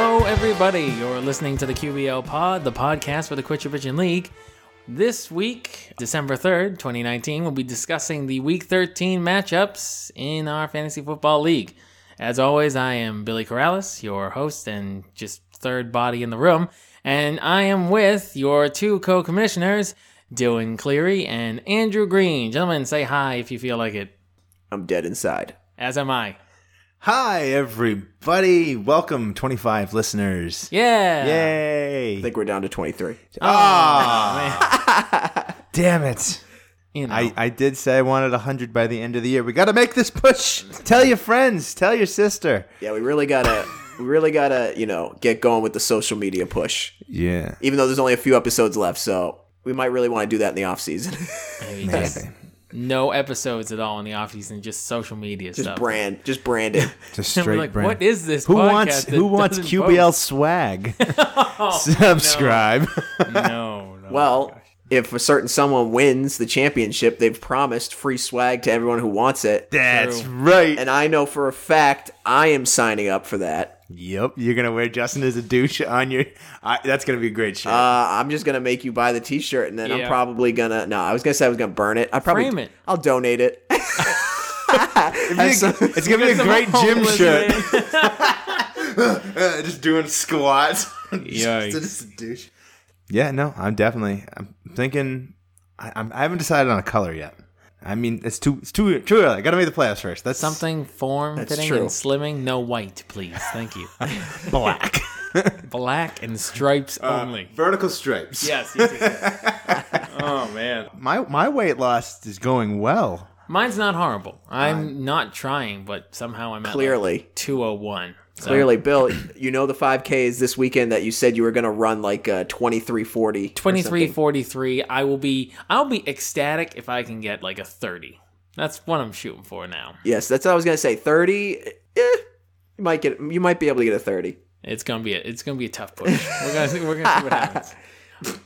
everybody. You're listening to the QBL Pod, the podcast for the Quit Your Bitchin' League. This week, December 3rd, 2019, we'll be discussing the Week 13 matchups in our Fantasy Football League. As always, I am Billy Corrales, your host and just third body in the room, and I am with your two co commissioners, Dylan Cleary and Andrew Green. Gentlemen, say hi if you feel like it, I'm dead inside. as am I. Hi, everybody. Welcome, 25 listeners. Yeah! I Yay. think we're down to 23. Ah, damn it. You know. I, I did say I wanted 100 by the end of the year. We got to make this push. Tell your friends. Tell your sister. Yeah, we really gotta, we really gotta, you know, get going with the social media push. Yeah. Even though there's only a few episodes left, so we might really want to do that in the off season. Maybe just no episodes at all in the off season, just social media just stuff. brand, just brand Oh it. Just And we're straight like, brand. what is this? who podcast wants that who wants doesn't Oh, QBL swag? Subscribe. vote? No, no. well, if a certain someone wins the championship, they've promised free swag to everyone who wants it. That's True. right. And I know for a fact I am signing up for that. yep, you're gonna wear Justin as a douche on your. I, that's gonna be a great show. Uh, I'm just gonna make you buy the T-shirt, and then Yeah. I'm probably gonna. No, I was gonna say I was gonna burn it. I probably Frame it. I'll donate it. It'd be a- it's gonna be a great gym Homeless shirt. man. Uh, just doing squats. Yikes. Just a douche. Yeah, no, I'm definitely. I'm thinking. I, I'm, I haven't decided on a color yet. I mean, it's too it's too too early. I gotta make the playoffs first. That's Something form fitting true. and slimming. No white, please. Thank you. black, Black and stripes Uh, only. vertical stripes. Yes. yes, yes, yes. oh man, my my weight loss is going well. mine's not horrible. I'm not trying, but somehow I'm at Clearly. two oh one. Clearly, Bill, you know the 5K is this weekend that you said you were going to run like uh, 2340. or 2343 i will be i'll be ecstatic if i can get like a 30 that's what i'm shooting for now Yes, that's what I was going to say. 30, eh, you might get, you might be able to get a 30. it's gonna be a, it's gonna be a tough push we're gonna see, we're gonna see what happens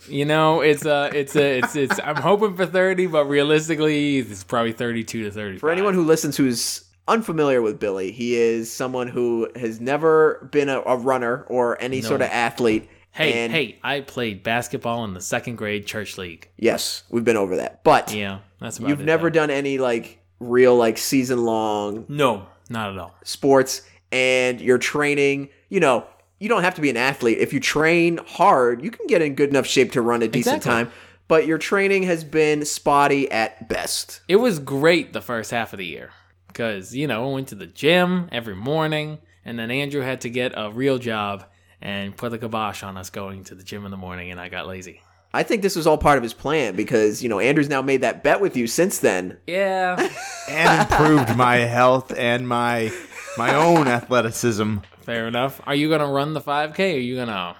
you know it's uh it's a it's it's i'm hoping for 30 but realistically it's probably 32 to 30 For anyone who listens who's unfamiliar with Billy, he is someone who has never been a, a runner or any sort of athlete. hey and- hey i played basketball in the second grade church league Yes, we've been over that. But yeah that's about you've it, never though. done any like real, like season long no not at all sports and you're training, you know, you don't have to be an athlete. If you train hard, you can get in good enough shape to run a decent Exactly. time. But your training has been spotty at best. it was great the first half of the year because you know I went to the gym every morning, and then Andrew had to get a real job and put the kibosh on us going to the gym in the morning, and I got lazy. I think this was all part of his plan because, you know, Andrew's now made that bet with you since then. Yeah, and improved my health and my my own athleticism. fair enough. Are you gonna run the five k? Are you gonna?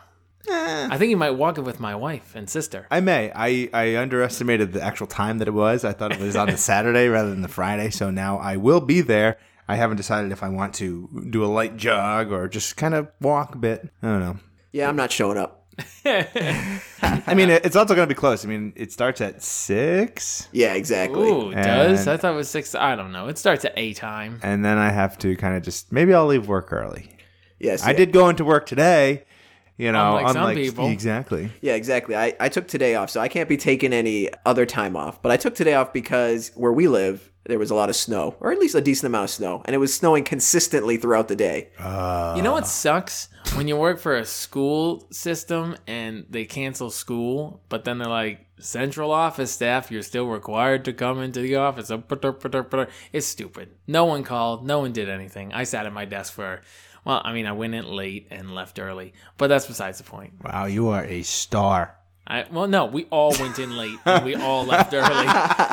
Eh. I think you might walk it with my wife and sister. I may. I, I underestimated the actual time that it was. I thought it was on the Saturday rather than the Friday. So now I will be there. I haven't decided if I want to do a light jog or just kind of walk a bit. I don't know. Yeah, I'm not showing up. I mean, it- it's also going to be close. I mean, it starts at six, Yeah, exactly. Ooh, it does And- I thought it was six? I don't know. It starts at a time. and then I have to kind of just maybe I'll leave work early. Yes. I yeah. did go into work today. You know, Unlike some people. exactly. Yeah, exactly. I, I took today off, so I can't be taking any other time off. But I took today off because where we live, there was a lot of snow, or at least a decent amount of snow, and it was snowing consistently throughout the day. You Uh. know what sucks when you work for a school system and they cancel school, but then they're like central office staff, you're still required to come into the office. It's stupid. No one called. No one did anything. I sat at my desk for, well, I mean, I went in late and left early, but that's besides the point. Wow, you are a star. I well, no, we all went in late and we all left early.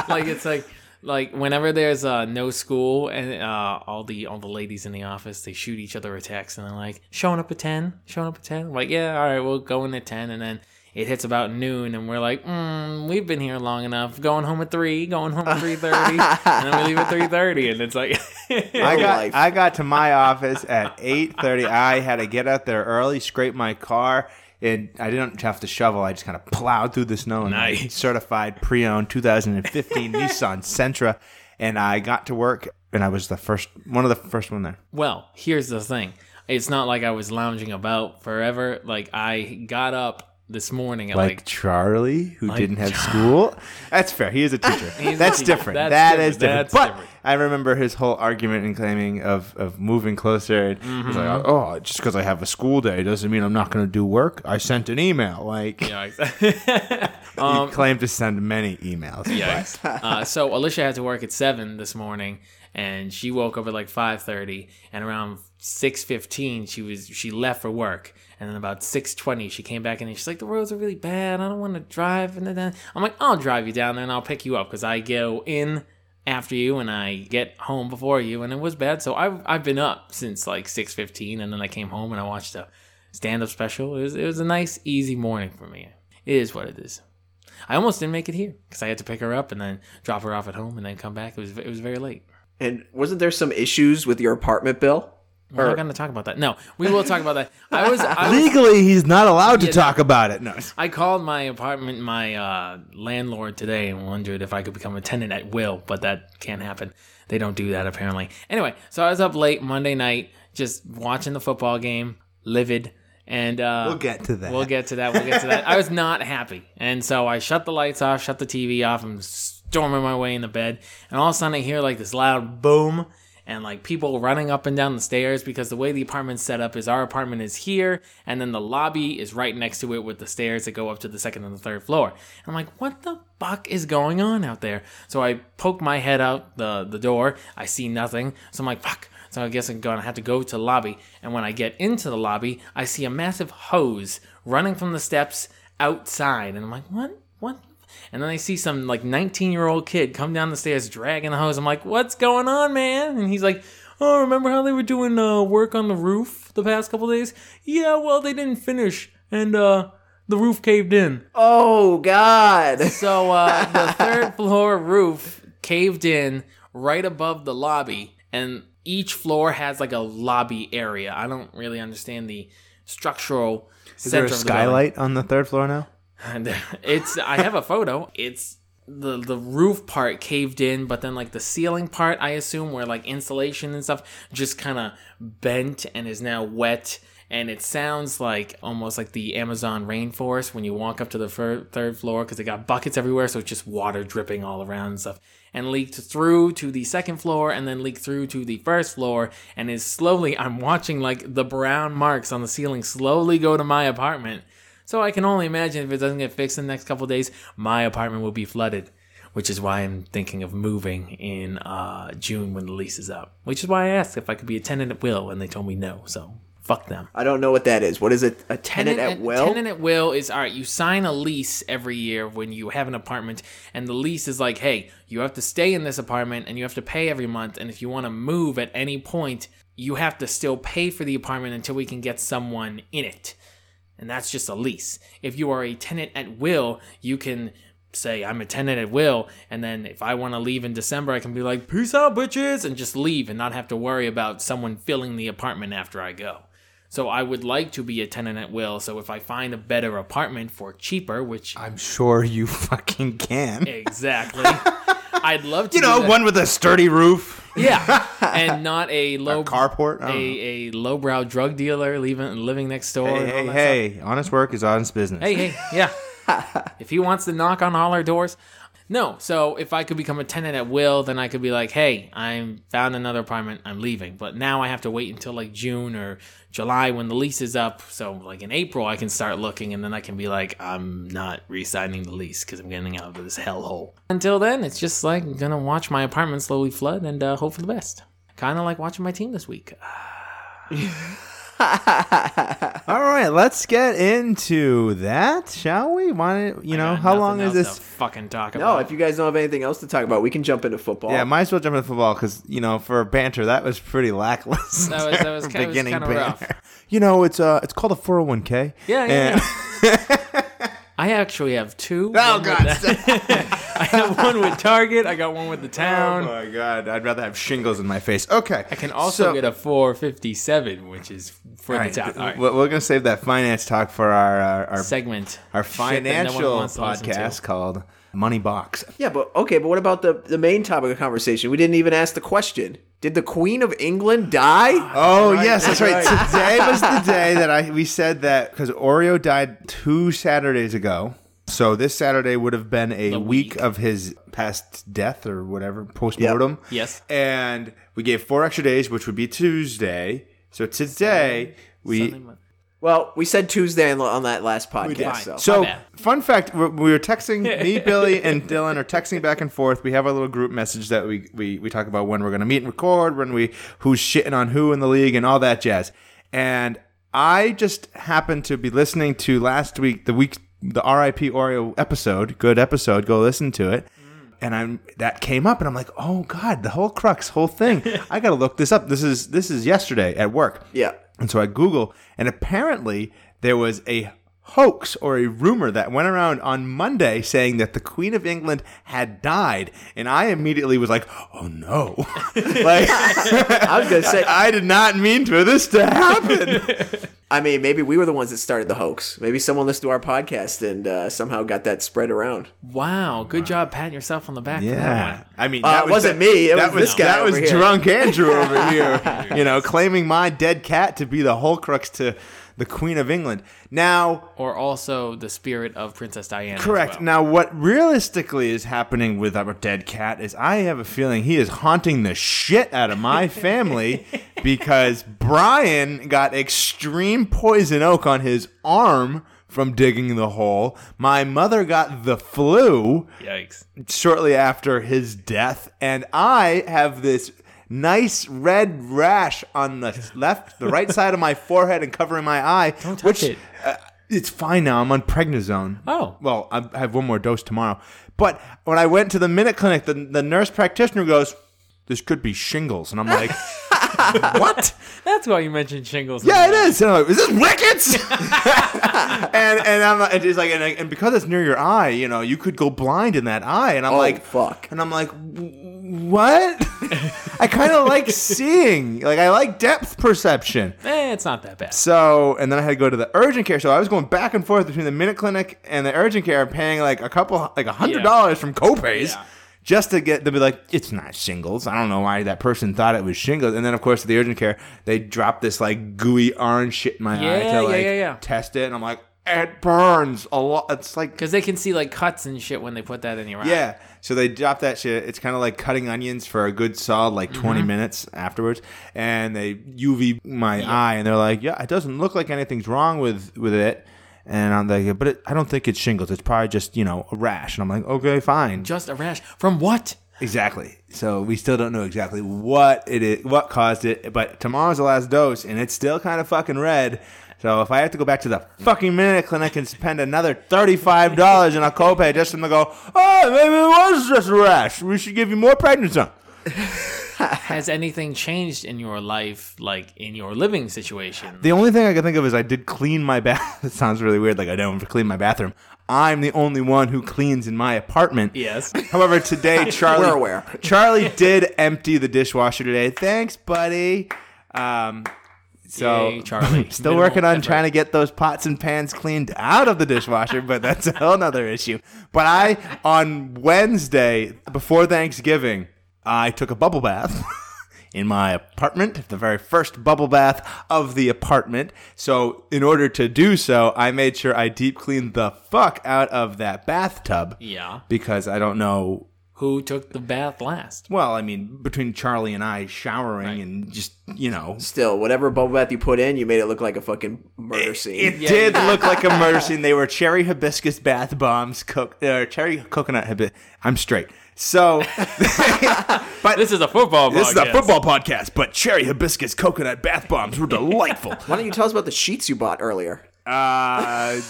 like it's like like whenever there's uh, no school and uh, all the all the ladies in the office they shoot each other a text and they're like showing up at ten, showing up at ten. Like yeah, all right, we'll go in at ten, and then it hits about noon and we're like, mm, we've been here long enough. Going home at three, going home at three thirty, and then we leave at three thirty, and it's like I No got life. I got to my office at eight thirty. I had to get out there early, scrape my car, and I didn't have to shovel. I just kind of plowed through the snow in my Nice. certified pre-owned 2015 Nissan Sentra, and I got to work, and I was the first one of the first one there. Well, here's the thing. it's not like I was lounging about forever. Like I got up this morning at Like, like Charlie, who Like didn't have school. That's fair. He is a teacher. a That's teacher. different. That's That's different. different. That's but different. I remember his whole argument and claiming of, of moving closer. And he's Mm-hmm. like, oh, just because I have a school day doesn't mean I'm not going to do work. I sent an email. Like, Yikes. Um, he claimed to send many emails. Yikes. uh, so Alicia had to work at seven this morning, and she woke up at like five thirty. And around six fifteen, she was she left for work. And then about six twenty, she came back in and she's like, "The roads are really bad. I don't want to drive." And then I'm like, "I'll drive you down there and I'll pick you up because I go in after you and I get home before you." And it was bad, so I've I've been up since like six fifteen, and then I came home and I watched a stand up special. It was it was a nice easy morning for me. It is what it is. I almost didn't make it here because I had to pick her up and then drop her off at home and then come back. It was it was very late. And wasn't there some issues with your apartment bill? We're not going to talk about that. No, we will talk about that. I was I, was- Legally, he's not allowed to talk about it. No. I called my apartment my uh, landlord today and wondered if I could become a tenant at will, but that can't happen. They don't do that apparently. Anyway, so I was up late Monday night just watching the football game, livid, and uh, We'll get to that. We'll get to that. We'll get to that. I was not happy. And so I shut the lights off, shut the TV off. I'm storming my way in the bed. And all of a sudden I hear like this loud boom and like people running up and down the stairs because the way the apartment's set up is our apartment is here and then the lobby is right next to it with the stairs that go up to the second and the third floor. I'm like, what the fuck is going on out there? So I poke my head out the, the door. I see nothing. So I'm like, fuck. So I guess I'm gonna have to go to the lobby. And when I get into the lobby, I see a massive hose running from the steps outside, and I'm like, what? What? And then I see some like 19 year old kid come down the stairs dragging the hose. I'm like, what's going on, man? And he's like, oh, remember how they were doing uh, work on the roof the past couple days? Yeah, well, they didn't finish, and uh, the roof caved in. Oh God! So uh, the third floor roof caved in right above the lobby, and each floor has like a lobby area. I don't really understand the structural. Is there a of the building. skylight on the third floor now? And it's I have a photo. It's the the roof part caved in, but then like the ceiling part, I assume, where like insulation and stuff just kind of bent and is now wet. And it sounds like almost like the Amazon rainforest when you walk up to the fir- third floor because they got buckets everywhere, so it's just water dripping all around and stuff, and leaked through to the second floor, and then leaked through to the first floor, and is slowly. I'm watching like the brown marks on the ceiling slowly go to my apartment. So I can only imagine if it doesn't get fixed in the next couple of days, my apartment will be flooded, which is why I'm thinking of moving in uh, June when the lease is up. Which is why I asked if I could be a tenant at will, and they told me no. So fuck them. I don't know what that is. What is it? A tenant at will? Tenant at will is all right. You sign a lease every year when you have an apartment, and the lease is like, hey, you have to stay in this apartment and you have to pay every month. And if you want to move at any point, you have to still pay for the apartment until we can get someone in it. And that's just a lease. If you are a tenant at will, you can say, I'm a tenant at will. And then if I want to leave in December, I can be like, peace out, bitches, and just leave and not have to worry about someone filling the apartment after I go. So I would like to be a tenant at will. So if I find a better apartment for cheaper, which I'm sure you fucking can. exactly, I'd love to. You do know, that. one with a sturdy roof, yeah, and not a low carport. I don't know. a, a lowbrow drug dealer leaving living next door. and all Hey, that hey, hey, honest work is honest business. Hey, hey, yeah. if he wants to knock on all our doors. No, so if I could become a tenant at will, then I could be like, hey, I found another apartment, I'm leaving. But now I have to wait until like June or July when the lease is up. So, like in April, I can start looking and then I can be like, I'm not re signing the lease because I'm getting out of this hellhole. Until then, it's just like gonna watch my apartment slowly flood and uh, hope for the best. Kind of like watching my team this week. All right, let's get into that, shall we? Why, don't- you know, Got how Uh, nothing long is else this? To fucking talk about. no, if you guys don't have anything else to talk about, we can jump into football. Yeah, might as well jump into football because you know, for banter, that was pretty lackluster. That was- that was ki- it was kinda rough. You know, it's uh, it's called a four hundred one k. Yeah, yeah, I actually have two. Oh One with god. the- I have one with Target. I got one with the Oh town. my god, I'd rather have shingles in my face. Okay, I can also get a 457, which is for the town. All right. We're we're gonna save that finance talk for our our, our, Segment. our Shit that no one financial wants to listen to. podcast called Money Box. Yeah, but okay, but what about the the main topic of conversation? We didn't even ask the question. Did the Queen of England die? Oh yes, that's right. Today was the day that I we said that because Oreo died two Saturdays ago. So this Saturday would have been a week, week. of his past death or whatever postmortem. Yes. and we gave four extra days, which would be Tuesday. So today we Well, we said Tuesday on- on that last podcast. So. So, My bad. fun fact: we we were texting me, Billy, and Dylan are texting back and forth. We have our little group message that we we, we talk about when we're going to meet and record, when we who's shitting on who in the league, and all that jazz. And I just happened to be listening to last week, the week the RIP Oreo episode, good episode. Go listen to it. Mm. And I'm that came up, and I'm like, oh god, the whole crux, whole thing. I gotta look this up. This is this is yesterday at work. Yeah. And so I Google, and apparently there was a hoax or a rumor that went around on Monday saying that the Queen of England had died. And I immediately was like, oh no. like, I was going to say, I did not mean for this to happen. I mean, maybe we were the ones that started the hoax. Maybe someone listened to our podcast and uh, somehow got that spread around. Wow, good job patting yourself on the back for that Yeah. one. I mean, Uh, that it was wasn't the- me. It that was this guy That over was here. drunk Andrew over here, you know, claiming my dead cat to be the whole crux to the Queen of England. Now, Or also the spirit of Princess Diana. as Correct. well. Now, what realistically is happening with our dead cat is I have a feeling he is haunting the shit out of my family because Brian got extreme poison oak on his arm from digging the hole. My mother got the flu Yikes. shortly after his death, and I have this nice red rash on the left, the right side of my forehead, and covering my eye. Don't touch it. Uh, it's fine now. I'm on pregnazone. Oh. well, I I have one more dose tomorrow. But when I went to the minute clinic, the, the nurse practitioner goes, "This could be shingles," and I'm like, "What?" That's why you mentioned shingles. Yeah, it is. And I'm like, is this rickets? and and I'm and she's like, and, I- and because it's near your eye, you know, you could go blind in that eye. And I'm Oh, like, fuck. And I'm like, "W- what? I kind of like seeing, like I like depth perception. Eh, it's not that bad. So, and then I had to go to the urgent care. So I was going back and forth between the minute clinic and the urgent care, paying like a couple, like a hundred Yeah. dollars from copays. Yeah. Just to get to be like, it's not shingles. I don't know why that person thought it was shingles. And then, of course, at the urgent care, they drop this like gooey orange shit in my Yeah, eye to yeah, like yeah, yeah. test it. And I'm like, it burns a lot. It's like, Because they can see like cuts and shit when they put that in your eye. yeah. So they drop that shit. It's kind of like cutting onions for a good solid like 20 minutes afterwards, and they UV my eye, and they're like, "Yeah, it doesn't look like anything's wrong with with it." And I'm like, "But it, I don't think it's shingles. It's probably just you know a rash." And I'm like, "Okay, fine." Just a rash. From what? Exactly. So we still don't know exactly what it is, what caused it, but tomorrow's the last dose, and it's still kind of fucking red. So if I have to go back to the fucking minute clinic and spend another thirty-five dollars in a copay just to go, oh, maybe it was just a rash. We should give you more prednisone. Has anything changed in your life, like in your living situation? The only thing I can think of is I did clean my bath. It sounds really weird, like I don't clean my bathroom. I'm the only one who cleans in my apartment. yes. However, today Charlie We're aware. Charlie did empty the dishwasher today. Thanks, buddy. Um, so Yay, Charlie. still Minimal working on effort. trying to get those pots and pans cleaned out of the dishwasher, but that's a whole nother issue. But I on Wednesday before Thanksgiving, I took a bubble bath. In my apartment, the very first bubble bath of the apartment. So, in order to do so, I made sure I deep cleaned the fuck out of that bathtub Yeah. because I don't know. Who took the bath last? Well, I mean, between Charlie and I showering and just you know, Still, whatever bubble bath you put in, you made it look like a fucking murder scene. it did look like a murder scene. They were cherry hibiscus bath bombs, cook or cherry coconut hibis. I'm straight. So, but This is a football. this is a podcast. football podcast. But cherry hibiscus coconut bath bombs were delightful. Why don't you tell us about the sheets you bought earlier? Uh,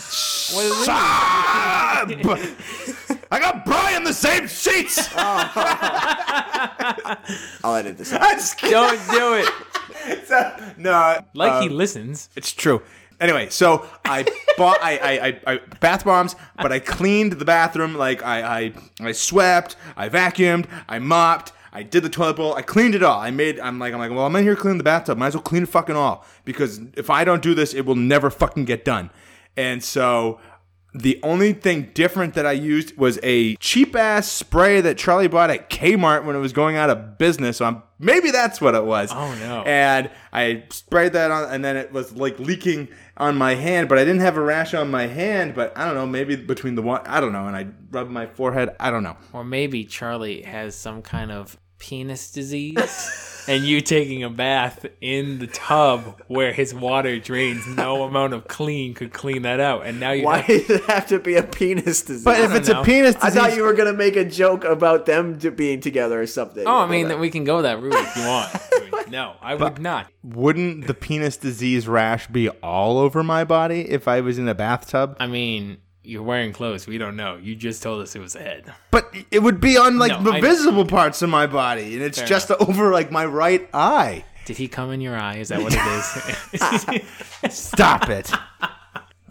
sob! I got Brian the same sheets. Oh. I'll edit this out. I'm just kidding. Don't do it. no, Like he listens. It's true. Anyway, so I bought I, I, I, I bath bombs, but I cleaned the bathroom. Like I, I I swept, I vacuumed, I mopped, I did the toilet bowl, I cleaned it all. I made I'm like I'm like well I'm in here cleaning the bathtub, might as well clean it fucking all because if I don't do this, it will never fucking get done. And so The only thing different that I used was a cheap ass spray that Charlie bought at Kmart when it was going out of business. So I'm, maybe that's what it was. Oh, no. And I sprayed that on, and then it was like leaking on my hand, but I didn't have a rash on my hand. But I don't know, maybe between the one, I don't know. And I rubbed my forehead. I don't know. Or maybe Charlie has some kind of penis disease and you taking a bath in the tub where his water drains no amount of clean could clean that out and now you Why have did it have to be a penis disease? But if it's know. a penis I disease, thought you were gonna make a joke about them to being together or something. Oh, I mean that we can go that route if you want. no, I would not. wouldn't the penis disease rash be all over my body if I was in a bathtub? I mean, you're wearing clothes. We don't know. You just told us it was a head. But it would be on like No, the I- visible parts of my body, and it's just over like my right eye. Did he come in your eye? Is that what it is? Stop it.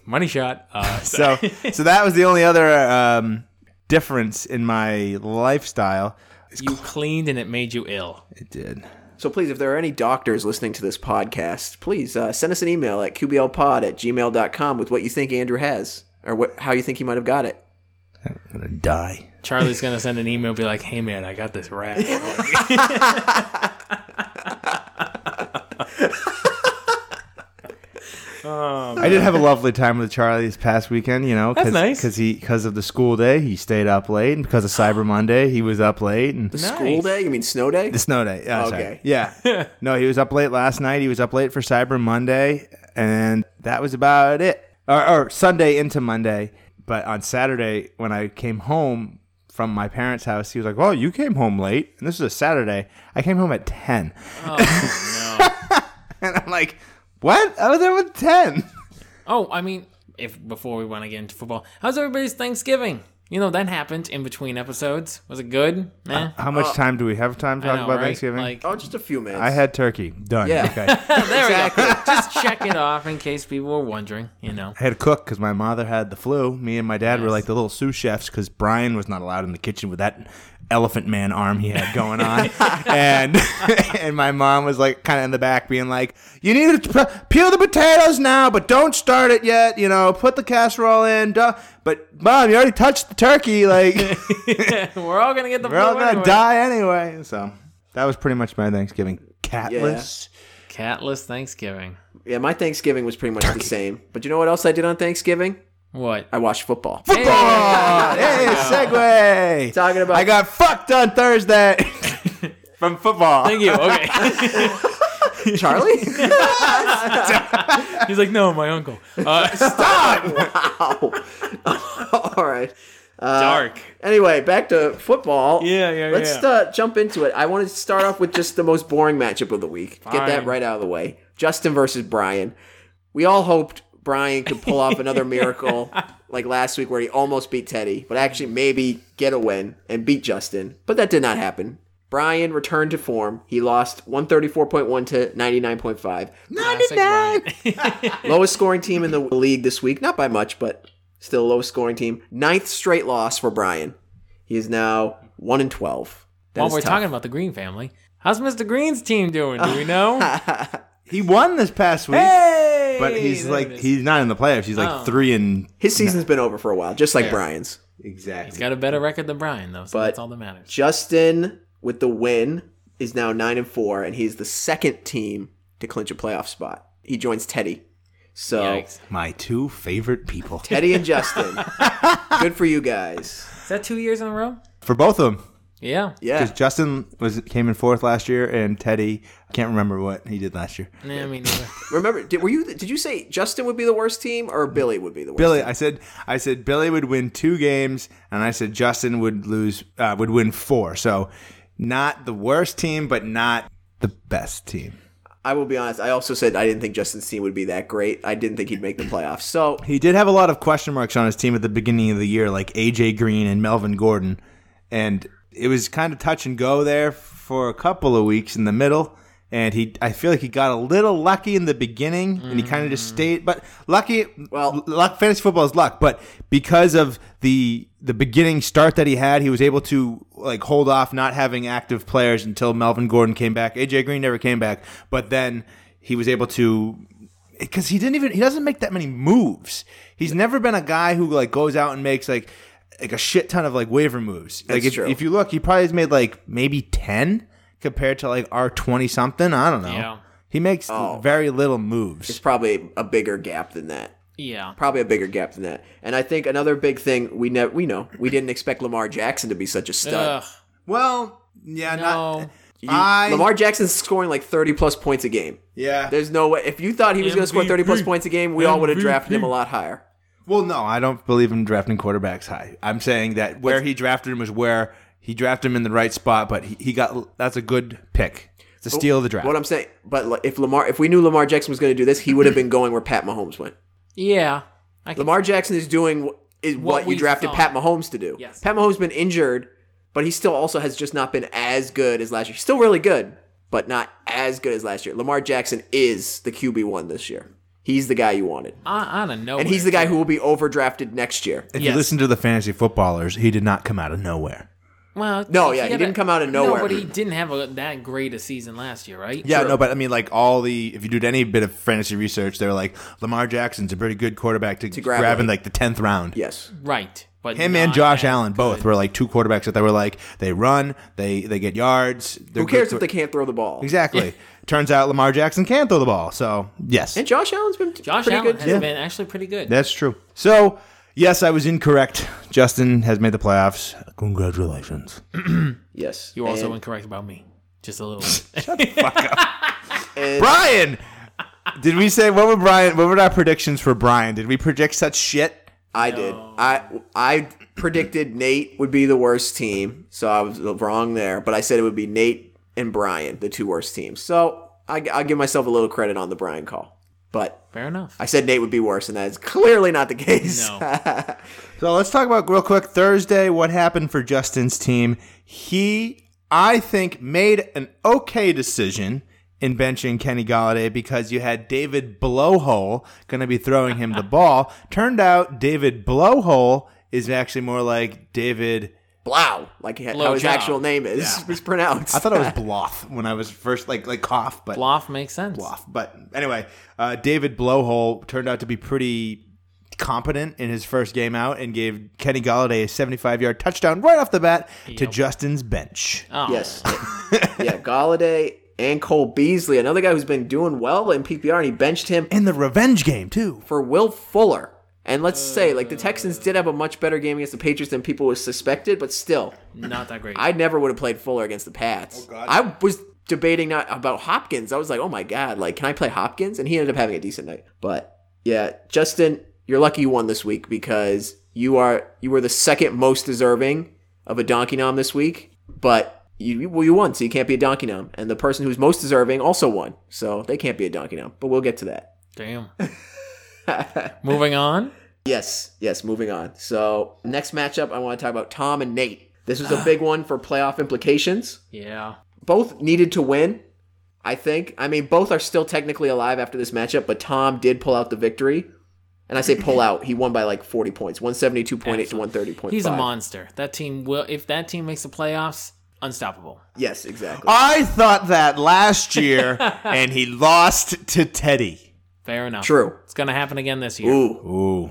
Money shot. Uh, so, so that was the only other um, difference in my lifestyle. you cleaned and it made you ill. It did. So please, if there are any doctors listening to this podcast, please uh, send us an email at qblpod at gmail.com with what you think Andrew has or what how you think he might have got it. I'm gonna die. Charlie's gonna send an email, be like, "Hey man, I got this rash." I did have a lovely time with Charlie this past weekend. You know, That's cause, nice. 'cause he because of the school day, he stayed up late, and because of Cyber Monday, he was up late. And School day? You mean snow day? The snow day. Yeah, sorry. Okay. Yeah. no, he was up late last night. He was up late for Cyber Monday, and that was about it. Or, or Sunday into Monday. But on Saturday, when I came home from my parents' house, he was like, "Well, you came home late, and this is a Saturday. I came home at 10. Oh no. and I'm like, "What? I was there with ten. Oh, I mean, if before we want to get into football, how's everybody's Thanksgiving? You know that happened in between episodes. Was it good? Nah. How much time do we have time to Oh. I talk know, about right? Thanksgiving? Like, Oh, just a few minutes. I had turkey. Done. Yeah. Okay. I there we go. Just check it off in case people were wondering. You know. had to cook because my mother had the flu. Me and my dad were like the little sous chefs because Brian was not allowed in the kitchen with that elephant man arm he had going on, and and my mom was like kind of in the back being like, "You need to pe- peel the potatoes now, but don't start it yet. You know, put the casserole in. Duh. But mom, you already touched the turkey. Like." we're all gonna get the We're all flu gonna anyway. die anyway. So that was pretty much my Thanksgiving. Catless. Catless Thanksgiving. yeah, my Thanksgiving was pretty much the same. But you know what else I did on Thanksgiving? What? I watched football. Oh, hey, segue. Talking about- I got fucked on Thursday from football. Thank you. Okay. Charlie? He's like, no, my uncle. Uh, All right. Uh, dark. Anyway, back to football. Yeah, yeah, Let's yeah. Uh, jump into it. I want to start off with just the most boring matchup of the week. Get Fine. that right out of the way. Justin versus Brian. We all hoped Brian could pull off another miracle like last week where he almost beat Teddy, but actually maybe get a win and beat Justin. But that did not happen. Brian returned to form. He lost 134.1 to 99.5. Classic Brian. Lowest scoring team in the league this week. Not by much, but still lowest scoring team. Ninth straight loss for Brian. He is now one and twelve. That While is we're tough. talking about the Green family, how's Mr. Green's team doing? Do we know? He won this past week, hey! but he's There like it is. he's not in the playoffs. He's like Oh. three and his season's been over for a while, just like Brian's. He's exactly. got a better record than Brian, though, so But- that's all that matters. Justin with the win is now nine and four, and he's the second team to clinch a playoff spot. He joins Teddy. So Yikes. My two favorite people Teddy and Justin, good for you guys. Is that two years in a row? for both of them. Yeah. Yeah, Because Justin was came in fourth last year, and Teddy I can't remember what he did last year. Nah, I mean, neither. remember? Did were you? Did you say Justin would be the worst team or Billy would be the worst? Billy, I said, I said Billy would win two games, and I said Justin would lose, uh, would win four. So, not the worst team, but not the best team. I will be honest. I also said I didn't think Justin's team would be that great. I didn't think he'd make the playoffs. So He did have a lot of question marks on his team at the beginning of the year, like AJ Green and Melvin Gordon, and it was kind of touch and go there for a couple of weeks in the middle. And he, I feel like he got a little lucky in the beginning, and he kind of just stayed. But lucky, Well- well, luck. Fantasy football is luck, but because of the the beginning start that he had, he was able to like hold off not having active players until Melvin Gordon came back. AJ Green never came back, but then he was able to because he didn't even he doesn't make that many moves. He's never been a guy who like goes out and makes like like a shit ton of like waiver moves. like That's if, true. if you look, he probably has made like maybe ten compared to like our twenty something. I don't know. Yeah. He makes very little Oh. moves. It's probably a bigger gap than that. Yeah. Probably a bigger gap than that. And I think another big thing we never we know we didn't expect Lamar Jackson to be such a stud. Ugh, Well, yeah, no. You- I- Lamar Jackson's scoring like thirty plus points a game. yeah. There's no way if you thought he was going to score thirty plus MVP. points a game, we all would have drafted him a MVP. lot higher. Well, no, I don't believe in drafting quarterbacks high. I'm saying that where he drafted him was where he drafted him in the right spot, but he, he got that's a good pick. It's a steal of the draft. What I'm saying, but like, if Lamar, if we knew Lamar Jackson was going to do this, he would have been going where Pat Mahomes went. Yeah. I can, Lamar Jackson is doing wh- is What what, we you drafted thought. Pat Mahomes to do. Yes. Pat Mahomes been injured, but he still also has just not been as good as last year. He's still really good, but not as good as last year. Lamar Jackson is the QB one this year. He's the guy you wanted, I, I don't know. and he's the guy who will be overdrafted next year. if Yes. you listen to the fantasy footballers, he did not come out of nowhere. Well, No, yeah, he gotta- didn't come out of No, nowhere. but he didn't have a, that great a season last year, right? Yeah, True. no, but I mean, like all the if you did any bit of fantasy research, they're like Lamar Jackson's a pretty good quarterback to, grab grab, him. in like the tenth round. Yes, Right. But Him and not Josh that Allen both were like two quarterbacks that they were like they run, they they get yards. they're who cares good if they can't throw the ball? Exactly. Turns out Lamar Jackson can throw the ball. So, yes. And Josh Allen's been Josh pretty Allen good has too. been actually pretty good. That's true. So, yes, I was incorrect. Justin has made the playoffs. Congratulations. Yes, you were also And- incorrect about me. Just a little. Brian! Did we say what were Brian what were our predictions for Brian? Did we predict such shit? I did. I I predicted Nate would be the worst team, so I was wrong there. But I said it would be Nate and Brian, the two worst teams. So I, I give myself a little credit on the Brian call, but Fair enough. I said Nate would be worse, and that is clearly not the case. No. So, let's talk about real quick Thursday what happened for Justin's team. He I think made an okay decision in benching Kenny Galladay because you had David Blowhole going to be throwing him the ball. Turned out David Blowhole is actually more like David Blau, like he- how his job. actual name is was pronounced. I thought it was Bloth when I was first like like cough, but Bluff makes sense. Bloth. But anyway, uh, David Blowhole turned out to be pretty competent in his first game out and gave Kenny Galladay a 75 yard touchdown right off the bat to Justin's bench. Oh, yes, yeah, Galladay and Cole Beasley, another guy who's been doing well in PPR, and he benched him In the revenge game too. for Will Fuller. And let's say, like, the Texans did have a much better game against the Patriots than people was suspected, but still, Not that great. I never would have played Fuller against the Pats. God. I was debating not about Hopkins. I was like, oh my God, like, can I play Hopkins? And he ended up having a decent night. But yeah, Justin, you're lucky you won this week because you are you were the second most deserving of a donkey nom this week, but you well you won, so you can't be a donkey nom. And the person who's most deserving also won, so they can't be a donkey nom. But we'll get to that. Damn. Moving on. Yes, yes, moving on. So, next matchup, I want to talk about Tom and Nate. This was a big one for playoff implications. Yeah. Both needed to win, I think. I mean, both are still technically alive after this matchup, but Tom did pull out the victory. And I say pull out, he won by like 40 points 172.8 to 130.5. He's a monster. That team will. If that team makes the playoffs, unstoppable. Yes, exactly. I thought that last year and he lost to Teddy. Fair enough. True. It's gonna happen again this year. Ooh, Ooh.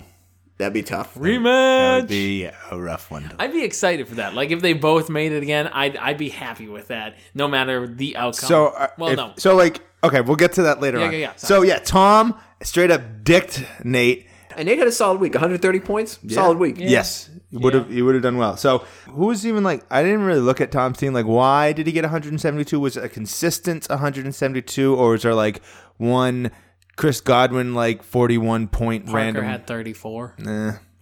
that'd be tough. That Rematch. would be a rough one. I'd be excited for that. Like if they both made it again, I'd I'd be happy with that, no matter the outcome. So uh, well, if- no, So like okay, we'll get to that later Yeah, on. yeah, yeah, so yeah, Tom straight up dicked Nate And Nate had a solid week 130 points. Solid week. Yes. Would have he would have done well. So who was even like I didn't really look at Tom's team like why did he get 172? Was it a consistent 172 or was there like one Chris Godwin like 41 point Parker random? had thirty four.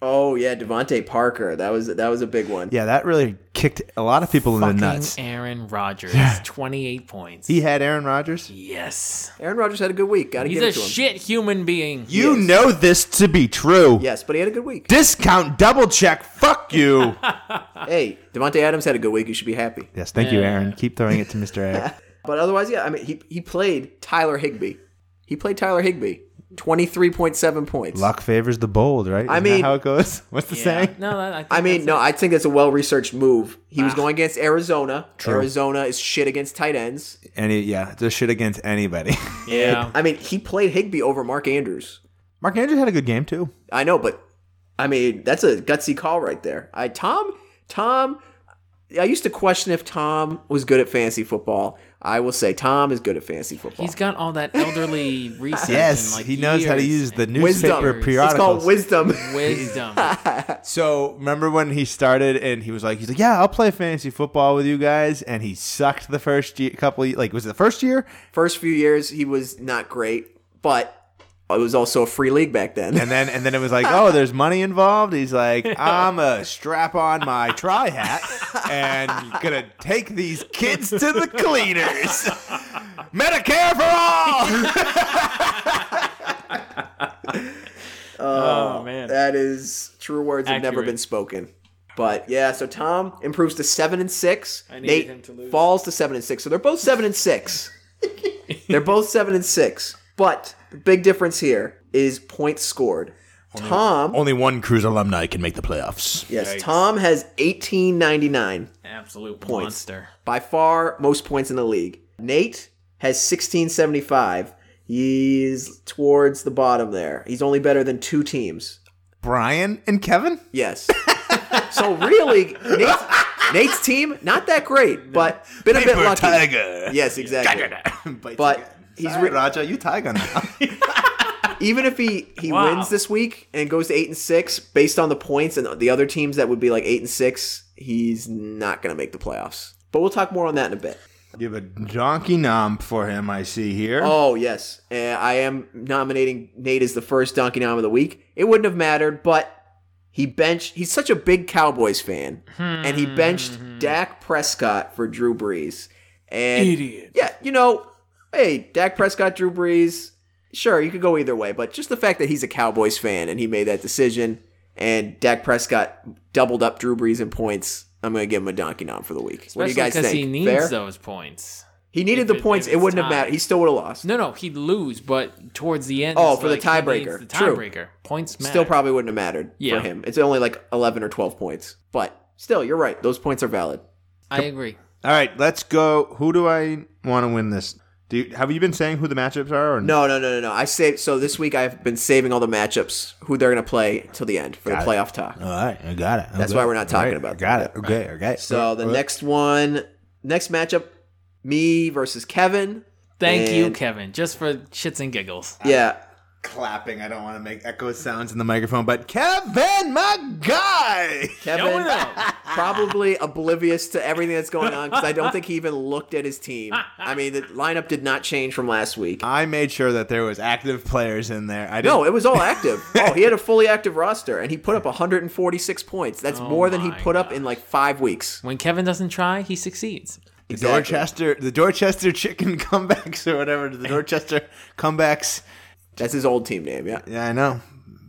Oh, yeah, Devontae Parker. That was that was a big one. yeah, that really kicked a lot of people in the nuts. Aaron Rodgers, twenty eight points. He had Aaron Rodgers. yes, Aaron Rodgers had a good week. Got to he's give it a to him. shit human being. You know this to be true. Yes, but he had a good week. Discount double check. Fuck you. Hey, Devonte Adams had a good week. You should be happy. yes, thank you, Aaron. Keep throwing it to Mr. Eric. But otherwise, yeah, I mean, he, he played Tyler Higby. He played Tyler Higby. 23.7 points. Luck favors the bold, right? I Isn't mean- that how it goes. What's the Yeah. saying? No, that, I, think I mean, that's no, it. I think that's a well researched move. He Ah. was going against Arizona. Arizona is shit against tight ends. Any yeah, just shit against anybody. Yeah. I mean, he played Higby over Mark Andrews. Mark Andrews had a good game too. I know, but I mean, that's a gutsy call right there. I Tom, Tom, I used to question if Tom was good at fantasy football. I will say Tom is good at fantasy football. He's got all that elderly research. Yes, and, like, he knows how to years use the Wisdom. newspaper It's it's called periodicals. wisdom. wisdom. so remember when he started and he was like, he's like, yeah, I'll play fantasy football with you guys, and he sucked the first year, couple, like was it the first year, First few years, he was not great, but it was also a free league back then. and then and then it was like, oh, there's money involved. He's like, I'm a strap on my tri hat and gonna take these kids to the cleaners. Medicare for all. oh man. That is true words have never Accurate. been spoken. But yeah, so Tom improves to seven and six. I needed Nate him to lose. falls to seven and six. So they're both seven and six. they're both seven and six. But the big difference here is points scored. Tom, Only one Cruise alumni can make the playoffs. yes, Tom has eighteen ninety nine, Absolute monster. by far most points in the league. Nate has sixteen seventy five. He's towards the bottom there. He's only better than two teams. Brian and Kevin. Yes. so really, Nate's, Nate's team not that great, but been a bit lucky. Tiger. Yes, exactly. But but he's he's re- re- Raja. You Tiger now. Even if he he Wow. wins this week and goes to eight and six, based on the points and the other teams that would be like eight and six, he's not going to make the playoffs. But we'll talk more on that in a bit. you have a donkey nom for him. I see here. Oh yes, Uh, I am nominating Nate as the first Donkey Nom of the week. It wouldn't have mattered, but he benched. He's such a big Cowboys fan, and he benched Hmm. Dak Prescott for Drew Brees. And Idiot. Yeah, you know, hey, Dak Prescott, Drew Brees. Sure, you could go either way, but just the fact that he's a Cowboys fan and he made that decision, and Dak Prescott doubled up Drew Brees in points. I'm gonna give him a Donkey Nom for the week. what do you Especially guys because think? he needs Fair? those points. He needed if the it- points. if It it's wouldn't have tied. mattered. He still would have lost. No, no, he'd lose, but towards the end. Oh, it's for the like he needs tiebreaker. The True. tiebreaker. Points matter. Still probably wouldn't have mattered Yeah. for him. It's only like 11 or 12 points. But still, you're right. Those points are valid. I agree. All right, let's go. Who do I want to win this? Do you, have you been saying who the matchups are? Or No, no, no, no, no. I saved. So this week I've been saving all the matchups, who they're going to play till the end for Got the it. playoff talk. All right, I got it. That's why we're not talking about Got it. Okay, okay. So the Uh, next one, next matchup, me versus Kevin. Thank you, And- Kevin, just for shits and giggles. Yeah. clapping. I don't want to make echo sounds in the microphone, but Kevin, my guy. Showing Kevin up. probably oblivious to everything that's going on because I don't think he even looked at his team. I mean, the lineup did not change from last week. I made sure that there was active players in there. I No, didn't- it was all active. Oh, he had a fully active roster, and he put up 146 points. That's more than he Oh my put up in like five weeks. When Kevin doesn't try, he succeeds. the exactly. Dorchester, the Dorchester chicken comebacks or whatever, the Dorchester comebacks. That's his old team name. Yeah, Yeah, I know.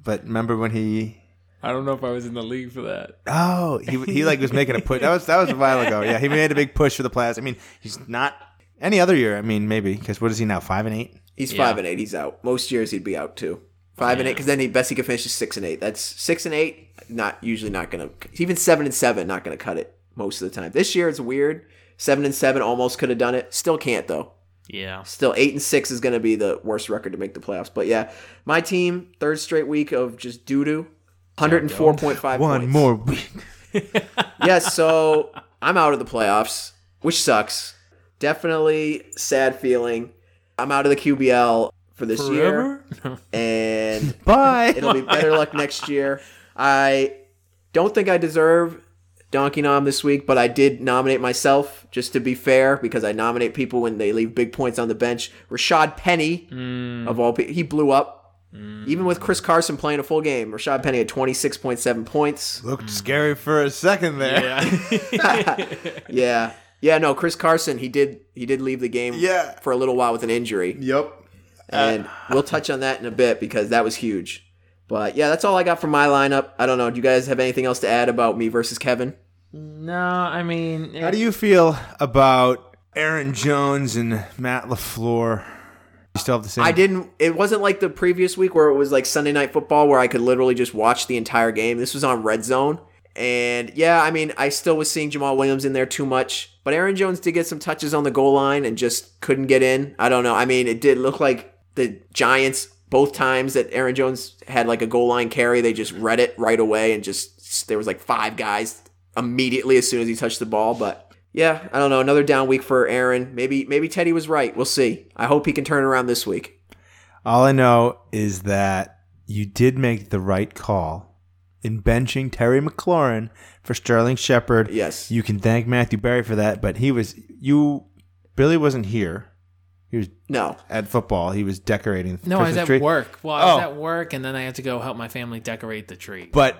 But remember when he I don't know if I was in the league for that. Oh, he, he like was making a push. That was that was a while ago. Yeah, he made a big push for the playoffs. I mean, he's not any other year. I mean, maybe because what is he now? Five and eight. he's Yeah. five and eight. He's out. Most years he'd be out too. Five and eight, because then he best he could finish is six and eight. That's six and eight. Not usually not gonna even seven and seven. Not gonna cut it most of the time. This year it's weird. Seven and seven almost could have done it. Still can't though. Yeah. Still eight and six is gonna be the worst record to make the playoffs. But yeah, my team third straight week of just doo doo. 104.5 One points. more week. yes, so I'm out of the playoffs, which sucks. Definitely sad feeling. I'm out of the QBL for this year, and Bye. it'll be better luck next year. I don't think I deserve Donkey Nom this week, but I did nominate myself just to be fair because I nominate people when they leave big points on the bench. Rashad Penny, of all people, he blew up. Even with Chris Carson playing a full game, Rashad Penny had 26.7 points. Looked scary for a second there. Yeah. Yeah, no, Chris Carson, he did he did leave the game Yeah. for a little while with an injury. Yep. And we'll touch on that in a bit because that was huge. But yeah, that's all I got from my lineup. I don't know. Do you guys have anything else to add about me versus Kevin? no, I mean, How do you feel about Aaron Jones and Matt Lafleur? You still have the same. I didn't. It wasn't like the previous week where it was like Sunday night football where I could literally just watch the entire game. This was on Red Zone, and yeah, I mean, I still was seeing Jamal Williams in there too much. But Aaron Jones did get some touches on the goal line and just couldn't get in. I don't know. I mean, it did look like the Giants both times that Aaron Jones had like a goal line carry, they just read it right away and just there was like five guys immediately as soon as he touched the ball, but. Yeah, I don't know. Another down week for Aaron. Maybe maybe Teddy was right. We'll see. I hope he can turn around this week. All I know is that you did make the right call in benching Terry McLaurin for Sterling Shepard. Yes. You can thank Matthew Barry for that, but he was you Billy wasn't here. He was No. at football. He was decorating the No, I was Christmas at tree. work. Well, I was Oh. at work, and then I had to go help my family decorate the tree. But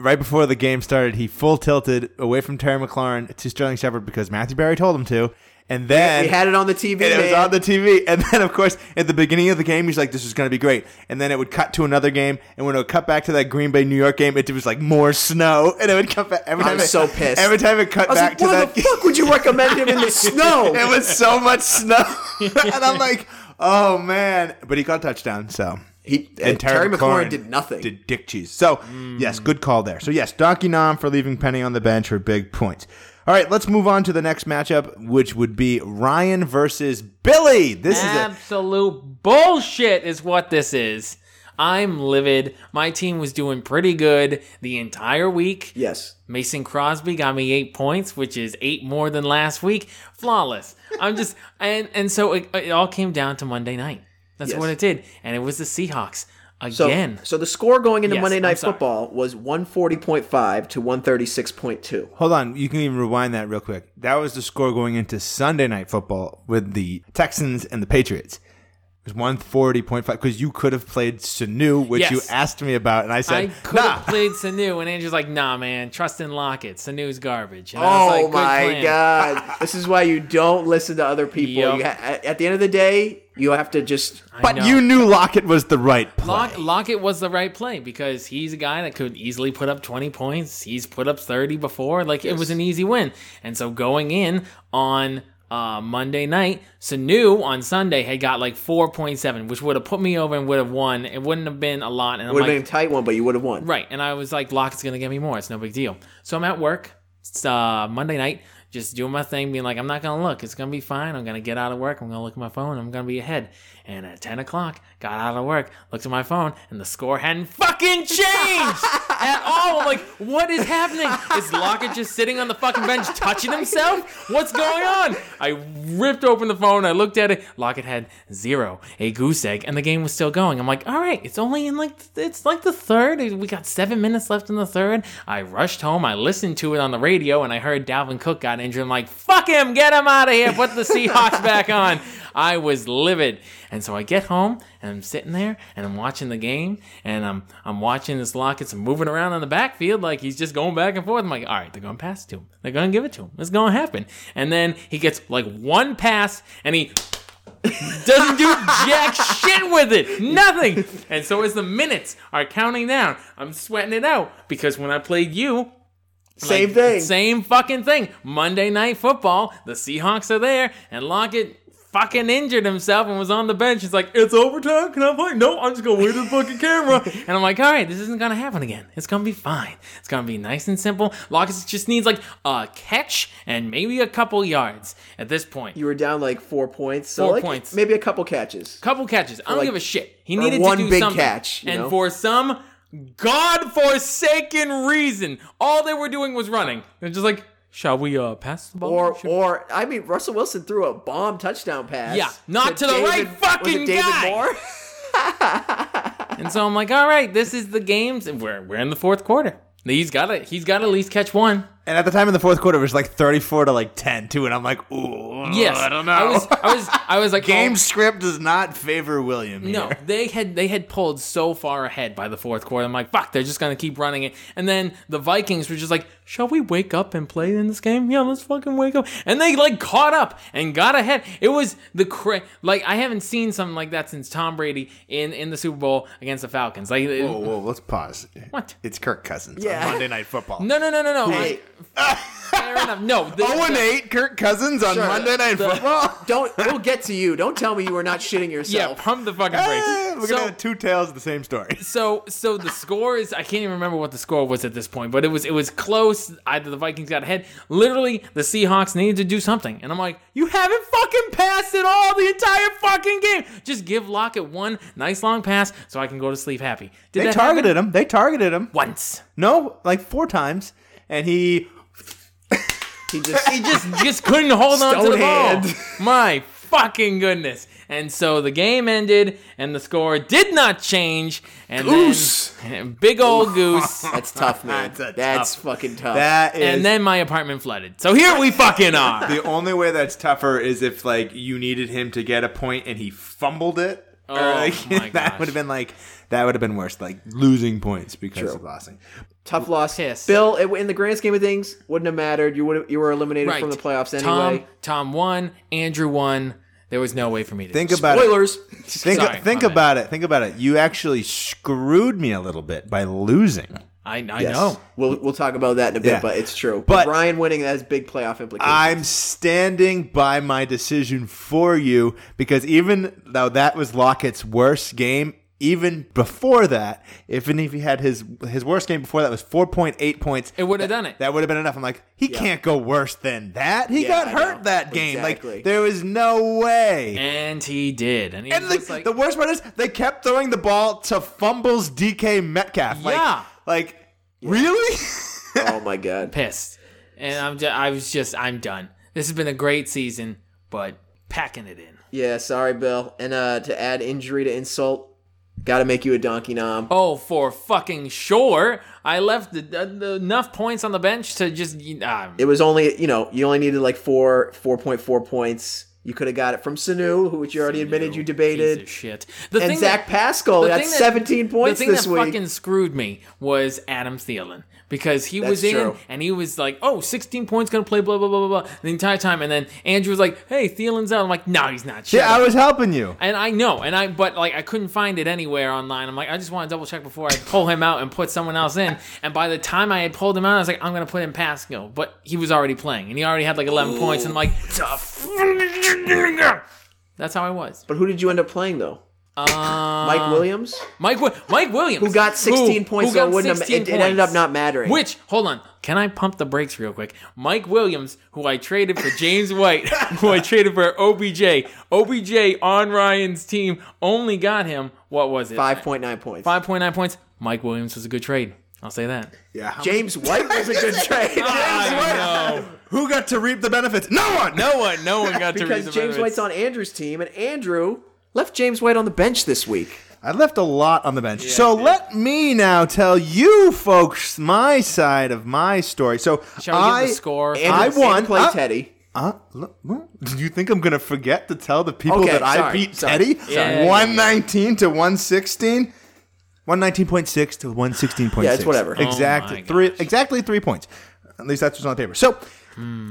right before the game started, he full tilted away from Terry McLaurin to Sterling Shepard because Matthew Barry told him to. And then We had it on the TV. and it was man. on the TV. And then, of course, at the beginning of the game, he's like, "This is going to be great." And then it would cut to another game, and when it would cut back to that Green Bay New York game, it was like more snow, and it would cut back every I'm time. it- so pissed. Every time it cut I was back like, to why that, the fuck would you recommend him in the snow? it was so much snow, and I'm like, "Oh man!" But he got a touchdown, so. He, uh, Terry McLaurin, did nothing. Did dick cheese. So, yes, good call there. So, yes, Donkey Nom for leaving Penny on the bench for big points. All right, let's move on to the next matchup, which would be Ryan versus Billy. This is a Absolute bullshit is what this is. I'm livid. My team was doing pretty good the entire week. yes. Mason Crosby got me eight points, which is eight more than last week. Flawless. I'm just and and so it, it all came down to Monday night. That's Yes. what it did, and it was the Seahawks So, again. so the score going into Yes, Monday I'm Night sorry. Football was 140.5 to 136.2. Hold on, you can even rewind that real quick. That was the score going into Sunday night football with the Texans and the Patriots. It was one forty point five because you could have played Sanu, which Yes. you asked me about, and I I said, could "Nah." have played Sanu, and Andrew's like, "Nah, man, trust in Lockett. Sanu's garbage." And I was Oh like, "Good my plan." god! this is why you don't listen to other people. Yep. You ha- at the end of the day, you have to just. But know. you knew Lockett was the right play. Lock, Lockett was the right play because he's a guy that could easily put up 20 points. He's put up 30 before. Like, it was an easy win. And so going in on uh, Monday night, Sanu on Sunday had got like 4.7, which would have put me over and would have won. It wouldn't have been a lot. And I'm would have like, been a tight one, but you would have won. Right. And I was like, Lockett's going to get me more. It's no big deal. So I'm at work. It's uh, Monday night, just doing my thing, being like, I'm not going to look. It's going to be fine. I'm going to get out of work. I'm going to look at my phone. I'm going to be ahead. And at 10 o'clock, got out of work, looked at my phone, and the score hadn't fucking changed at all. I'm like, what is happening? Is Lockett just sitting on the fucking bench touching himself? What's going on? I ripped open the phone. I looked at it. Lockett had zero, a goose egg, and the game was still going. I'm like, all right, it's only in like it's like the third. We got seven minutes left in the third. I rushed home. I listened to it on the radio, and I heard Dalvin Cook got injured. I'm like, fuck him, get him out of here. Put the Seahawks back on. I was livid, and so I get home and I'm sitting there and I'm watching the game and I'm I'm watching this Lockett's moving around on the backfield like he's just going back and forth. I'm like, all right, they're gonna pass it to him. They're gonna give it to him. It's gonna happen. And then he gets like one pass and he doesn't do jack shit with it. Nothing. And so as the minutes are counting down, I'm sweating it out because when I played you, Same like, thing. Same fucking thing. Monday night football. The Seahawks are there, and Lockett fucking injured himself and was on the bench. It's like, it's overtime. Can I play? No, I'm just gonna wait for the fucking camera. and I'm like, all right, this isn't gonna happen again. It's gonna be fine. It's gonna be nice and simple. Lockett just needs like a catch and maybe a couple yards at this point. You were down like four points. So Four like, points. Maybe a couple catches. couple catches. I don't like- give a shit. He or needed one to do big something. catch, you and know? for some god-forsaken reason, all they were doing was running. They're just like, "Shall we uh pass the ball?" Or, Should we-" or I mean, Russell Wilson threw a bomb touchdown pass. Yeah, not to the right fucking was it David guy. Moore? and so I'm like, "All right, this is the games, and we're we're in the fourth quarter. He's got to he's got to at least catch one." and at the time in the fourth quarter, it was like thirty-four to like ten too, and I'm like, "Ooh, Yes, Oh, I don't know." I was I was I was like, Game oh, script does not favor William. No, here. they had they had pulled so far ahead by the fourth quarter. I'm like, fuck, they're just gonna keep running it. And then the Vikings were just like, shall we wake up and play in this game? Yeah, let's fucking wake up. And they like caught up and got ahead. It was the cra- like I haven't seen something like that since Tom Brady in in the Super Bowl against the Falcons. Like, it- Whoa, whoa, let's pause. What? It's Kirk Cousins Yeah. on Monday Night Football. no, no, no, no, no. Hey, I- fair enough. No, the, Oh and eight, Kirk Cousins on Sure. Monday Night Football. Don't. We'll get to you. Don't tell me you were not shitting yeah, yourself. pump the fucking Eh, We're brakes. gonna So, have two tales of the same story. so, so the score is I can't even remember what the score was at this point, but it was it was close. Either the Vikings got ahead. Literally, the Seahawks needed to do something, and I'm like, you haven't fucking passed at all the entire fucking game. Just give Lockett one nice long pass so I can go to sleep happy. Did They that happen? targeted him. They targeted him. once? No, like four times, and he He just. He just just couldn't hold on to the Stone ball. hand. My fucking goodness. And so the game ended and the score did not change. And Goose. Then, big old goose. That's tough, man. That's a That's fucking tough. that is. Oh, and then my apartment flooded. So here we fucking are. the only way that's tougher is if like you needed him to get a point and he fumbled it. Or, Oh, like, my gosh. that would have been like that would have been worse, like losing points because of losing. tough loss. Piss. Bill, it, in the grand scheme of things, wouldn't have mattered. You would. You were eliminated Right. from the playoffs Tom anyway. Tom won. Andrew won. There was no way for me to Think about it. Spoilers. Think, Sorry, think my bad. about it. Think about it. You actually screwed me a little bit by losing. I, I Yes. know. We'll we'll talk about that in a bit, Yeah. but it's true. But- Ryan winning that has big playoff implications. I'm standing by my decision for you because even though that was Lockett's worst game, even before that, if and if he had his his worst game before that was 4.8 points, It would have done it. that would have been enough. I'm like, he can't go worse than that. He got I hurt know. that game. Exactly. Like there was no way. and he did. And he And was like, like, the worst part is they kept throwing the ball to fumbles DK Metcalf. Like, Yeah. Like really? oh my god. pissed. And I'm just, I was just I'm done. This has been a great season, but packing it in. Yeah, sorry, Bill. And uh, to add injury to insult, gotta make you a donkey nom. Oh, for fucking sure. I left the, the, the- enough points on the bench to just. y- Uh, It was only you know you only needed like four four point four points. You could have got it from Sanu, who which you already admitted you piece of debated, shit. The and thing that- Zach Pascal the got thing that- Oh, seventeen points The thing this that week. fucking screwed me was Adam Thielen because he was in true. and he was like, "Oh, 16 points, gonna play blah blah blah blah blah." The entire time, and then Andrew was like, "Hey, Thielen's out." I'm like, "No, he's not." Shut yeah, I up." was helping you. And I know, and I but like I couldn't find it anywhere online. I'm like, I just want to double check before I pull him out and put someone else in. And by the time I had pulled him out, I was like, I'm gonna put in Pascal, but he was already playing and he already had like 11 points. And I'm like, Oh, that's how I was. but who did you end up playing though? Um, Mike Williams, Mike Wi- Mike Williams, who got sixteen points, who so got it wouldn't have, 16 it, it ended up points. not mattering. Which, hold on, can I pump the brakes real quick? Mike Williams, who I traded for James White, who I traded for OBJ, OBJ on Ryan's team only got him, what was it? five point nine points. 5.9 points. Mike Williams was a good trade. I'll say that. Yeah. James White was a good trade I know. Who got to reap the benefits? No one. No one, no one got to read because the James benefits. White's on Andrew's team, and Andrew left James White on the bench this week. I left a lot on the bench. so let me now tell you folks my side of my story. So Shall we I give the score? Andrew I the same won. Play I- Teddy. Uh, l- what? Do you think I'm gonna forget to tell the people Okay, that I sorry, beat sorry, Teddy? sorry. Yeah, yeah, yeah. 119 to 116. 119.6 to 116.6. Yeah, it's whatever. Oh Exactly my three. gosh. Exactly three points. At least that's what's on the paper. So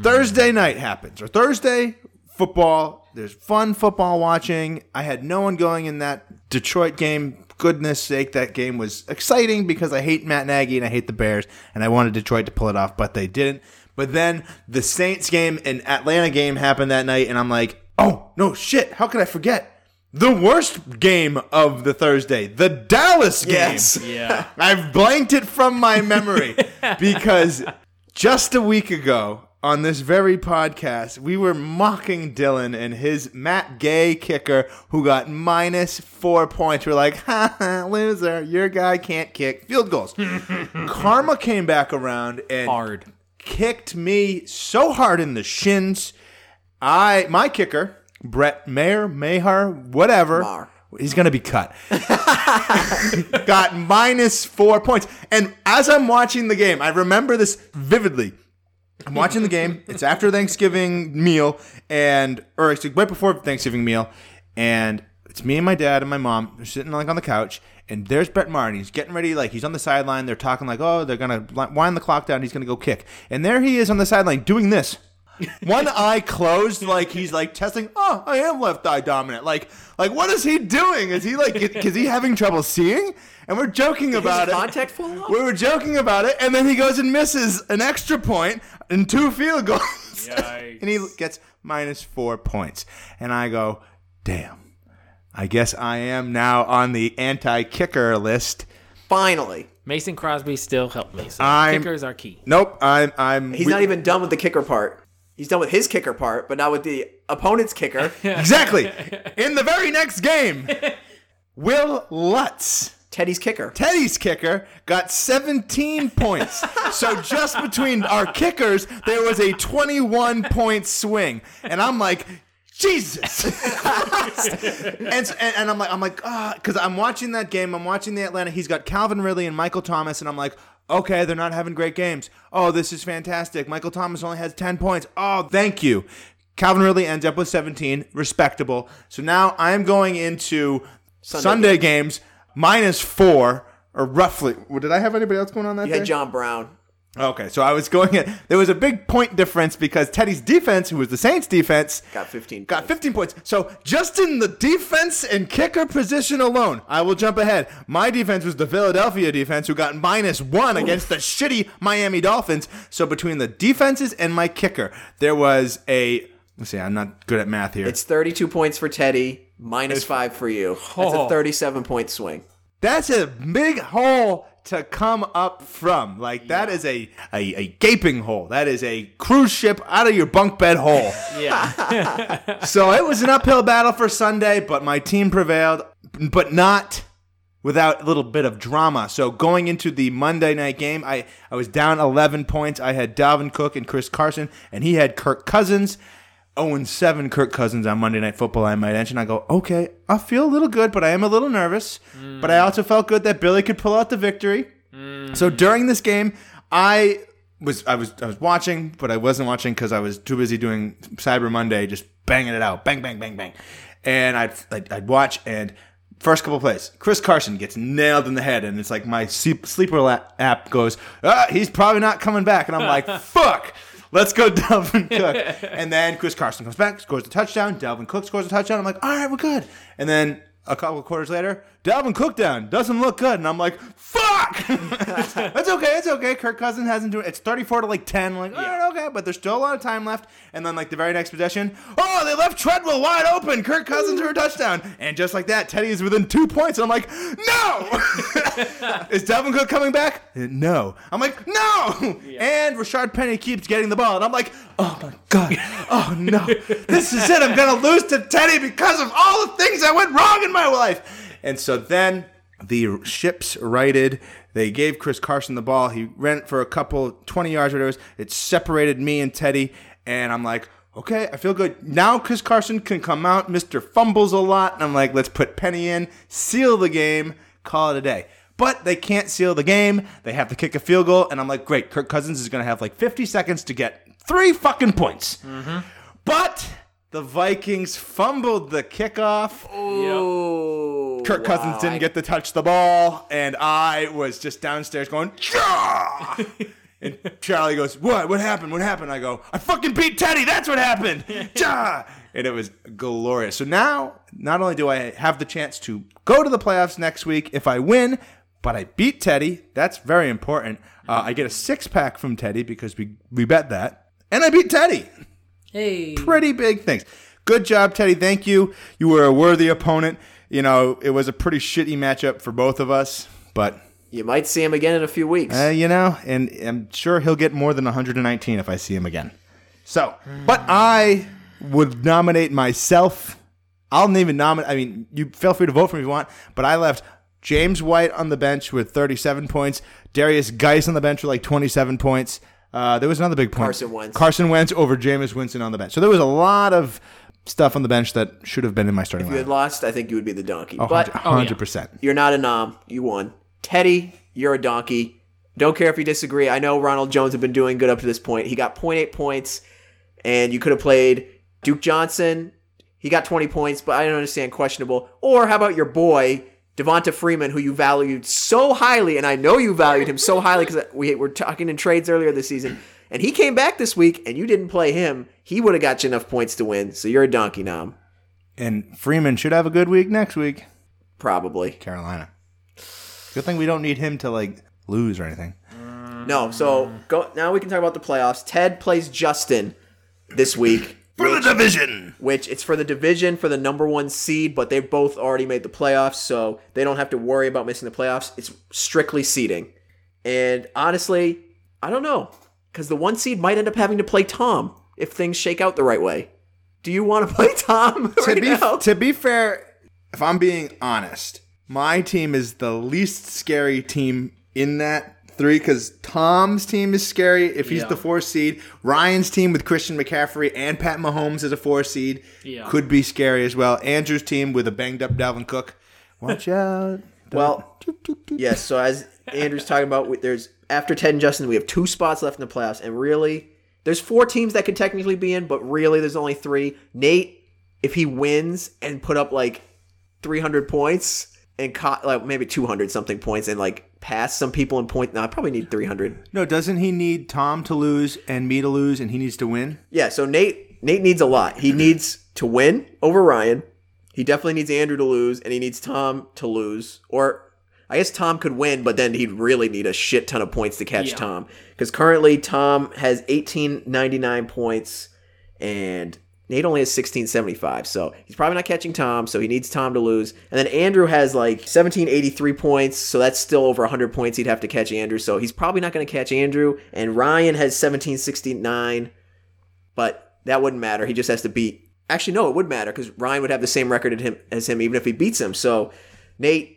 Thursday night happens, or Thursday football. There's fun football watching. I had no one going in that Detroit game. Goodness sake, that game was exciting because I hate Matt Nagy and I hate the Bears, and I wanted Detroit to pull it off, but they didn't. But then the Saints game and Atlanta game happened that night, and I'm like, oh no, shit! How could I forget? The worst game of the Thursday, the Dallas game. Yes. Yeah. I've blanked it from my memory because just a week ago on this very podcast, we were mocking Dylan and his Matt Gay kicker who got minus four points. We're like, ha ha, loser, your guy can't kick field goals. Karma came back around and Hard. kicked me so hard in the shins. I my kicker, Brett Mayer, Mayhar, whatever. Maher. He's gonna be cut. Got minus four points. And as I'm watching the game, I remember this vividly. I'm watching the game. It's after Thanksgiving meal, and or actually right before Thanksgiving meal, and it's me and my dad and my mom. They're sitting like on the couch, and there's Brett Maher, and he's getting ready. Like he's on the sideline. They're talking like, oh, they're gonna li- wind the clock down. He's gonna go kick, and there he is on the sideline doing this. One eye closed, like he's like testing. Oh, I am left eye dominant. Like, like what is he doing? Is he like, is he having trouble seeing? And we're joking about it. contact fall off? We're we were joking about it, and then he goes and misses an extra point. and two field goals. Yikes. and he gets minus four points. And I go, damn, I guess I am now on the anti kicker list. Finally, Mason Crosby still helped me. So I'm- kickers are key. Nope, I'm. I'm he's we- not even done with the kicker part. He's done with his kicker part, but not with the opponent's kicker. Exactly. In the very next game, Will Lutz. Teddy's kicker. Teddy's kicker got 17 points. so just between our kickers, there was a 21 point swing, and I'm like, Jesus. and, s- and and I'm like, I'm like, ah, because I'm watching that game. I'm watching the Atlanta. He's got Calvin Ridley and Michael Thomas, and I'm like. Okay, they're not having great games. Oh, this is fantastic. Michael Thomas only has 10 points. Oh, thank you. Calvin Ridley ends up with 17. Respectable. So now I'm going into Sunday, games minus four, or roughly. well, Did I have anybody else going on that You day? had John Brown. Okay, so I was going at there was a big point difference because Teddy's defense, who was the Saints defense, Got 15 Got 15 points. So just in the defense and kicker position alone, I will jump ahead. My defense was the Philadelphia defense, who got minus one against the shitty Miami Dolphins. So between the defenses and my kicker, there was a let's see, I'm not good at math here. It's 32 points for Teddy, minus five for you. That's a Oh. 37 point swing. That's a big hole to come up from. Like that is a, a a gaping hole. That is a cruise ship out of your bunk bed hole. Yeah. so it was an uphill battle for Sunday, but my team prevailed, but not without a little bit of drama. So going into the Monday night game, I, I was down 11 points. I had Dalvin Cook and Chris Carson, and he had Kirk Cousins. 0 7 Kirk Cousins on Monday Night Football, I might mention. I go, okay, I feel a little good, but I am a little nervous. But I also felt good that Billy could pull out the victory. So during this game, I was I was I was watching, but I wasn't watching because I was too busy doing Cyber Monday, just banging it out, bang, bang, bang, bang. And I'd I'd, I'd watch and first couple plays, Chris Carson gets nailed in the head, and it's like my sleep, sleeper la- app goes, ah, he's probably not coming back, and I'm like, fuck. Let's go, Dalvin Cook. And then Chris Carson comes back, scores a touchdown. Dalvin Cook scores a touchdown. I'm like, all right, we're good. And then a couple quarters later, Dalvin Cook down doesn't look good, and I'm like, "Fuck!" That's okay, it's okay. Kirk Cousins hasn't done it. It's 34 to like 10. I'm like, all right, okay, but there's still a lot of time left. And then like the very next possession, oh, they left Treadwell wide open. Kirk Cousins for a touchdown, and just like that, Teddy is within two points, and I'm like, "No!" is Dalvin Cook coming back? Uh, No. I'm like, "No!" And Rashard Penny keeps getting the ball, and I'm like, "Oh my god, oh no, this is it. I'm gonna lose to Teddy because of all the things that went wrong in my life." And so then the ships righted. They gave Chris Carson the ball. He ran for a couple, 20 yards, whatever it was. It separated me and Teddy. And I'm like, okay, I feel good. Now Chris Carson can come out. Mr. Fumbles a lot. And I'm like, let's put Penny in, seal the game, call it a day. But they can't seal the game. They have to kick a field goal. And I'm like, great, Kirk Cousins is going to have like 50 seconds to get three fucking points. But the Vikings fumbled the kickoff. Oh, Kirk Cousins didn't get to touch the ball, and I was just downstairs going, "Yeah!" and Charlie goes, "What? What happened? What happened?" I go, "I fucking beat Teddy. That's what happened." Yeah! And it was glorious. So now, not only do I have the chance to go to the playoffs next week if I win, but I beat Teddy. That's very important. Uh, I get a six pack from Teddy because we we bet that, and I beat Teddy hey. pretty big things. Good job, Teddy. Thank you. You were a worthy opponent. You know, it was a pretty shitty matchup for both of us, but You might see him again in a few weeks. uh, you know, and I'm sure he'll get more than 119 if I see him again. So, but I would nominate myself. I'll not even nominate. I mean, you feel free to vote for me if you want, but I left James White on the bench with 37 points, Darius Geis on the bench with like 27 points. Uh, there was another big point. Carson Wentz. Carson Wentz over Jameis Winston on the bench. So there was a lot of stuff on the bench that should have been in my starting if you had lineup. lost, I think you would be the donkey. but oh, 100 100%. you're not a nom. You won. Teddy, you're a donkey. Don't care if you disagree. I know Ronald Jones had been doing good up to this point. He got 0.8 points, and you could have played Duke Johnson. He got 20 points, but I don't understand questionable. Or how about your boy, Devonta Freeman, who you valued so highly, and I know you valued him so highly because we were talking in trades earlier this season. And he came back this week, and you didn't play him. He would have got you enough points to win. So you're a donkey, Nom. And Freeman should have a good week next week. Probably. Carolina. Good thing we don't need him to like lose or anything. No, so go now we can talk about the playoffs. Ted plays Justin this week, For the division. which it's for the division for the number one seed, but they both already made the playoffs, so they don't have to worry about missing the playoffs. It's strictly seeding. And honestly, I don't know. Because the one seed might end up having to play Tom if things shake out the right way. Do you want to play Tom? to right be now? to be fair, if I'm being honest, my team is the least scary team in that three because Tom's team is scary if he's Yeah. the four seed. Ryan's team with Christian McCaffrey and Pat Mahomes as a four seed Yeah. could be scary as well. Andrew's team with a banged up Dalvin Cook. Watch out. Well, yes. So as Andrew's talking about, we- there's after Ted and Justin, we have two spots left in the playoffs, and really, there's four teams that could technically be in, but really, there's only three. Nate, if he wins and put up like 300 points and caught like maybe 200 something points and like pass some people in point, no, I probably need 300. No, doesn't he need Tom to lose and me to lose and he needs to win? Yeah. So Nate, Nate needs a lot. He needs to win over Ryan. He definitely needs Andrew to lose, and he needs Tom to lose, or I guess Tom could win, but then he'd really need a shit ton of points to catch Yeah. Tom. Because currently Tom has eighteen ninety nine points, and Nate only has sixteen seventy five. So he's probably not catching Tom. So he needs Tom to lose. And then Andrew has like seventeen eighty three points. So that's still over hundred points he'd have to catch Andrew. So he's probably not going to catch Andrew. And Ryan has seventeen sixty nine, but that wouldn't matter. He just has to beat. Actually, no, it would matter because Ryan would have the same record at him as him, even if he beats him. So Nate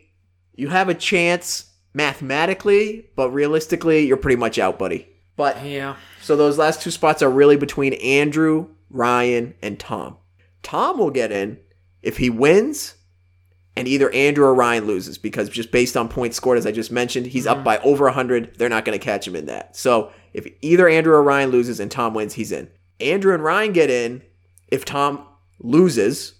you have a chance mathematically, but realistically, you're pretty much out, buddy. But Yeah. so those last two spots are really between Andrew, Ryan, and Tom. Tom will get in if he wins, and either Andrew or Ryan loses because just based on points scored, as I just mentioned, he's Mm-hmm. up by over 100. They're not going to catch him in that. So if either Andrew or Ryan loses and Tom wins, he's in. Andrew and Ryan get in if Tom loses.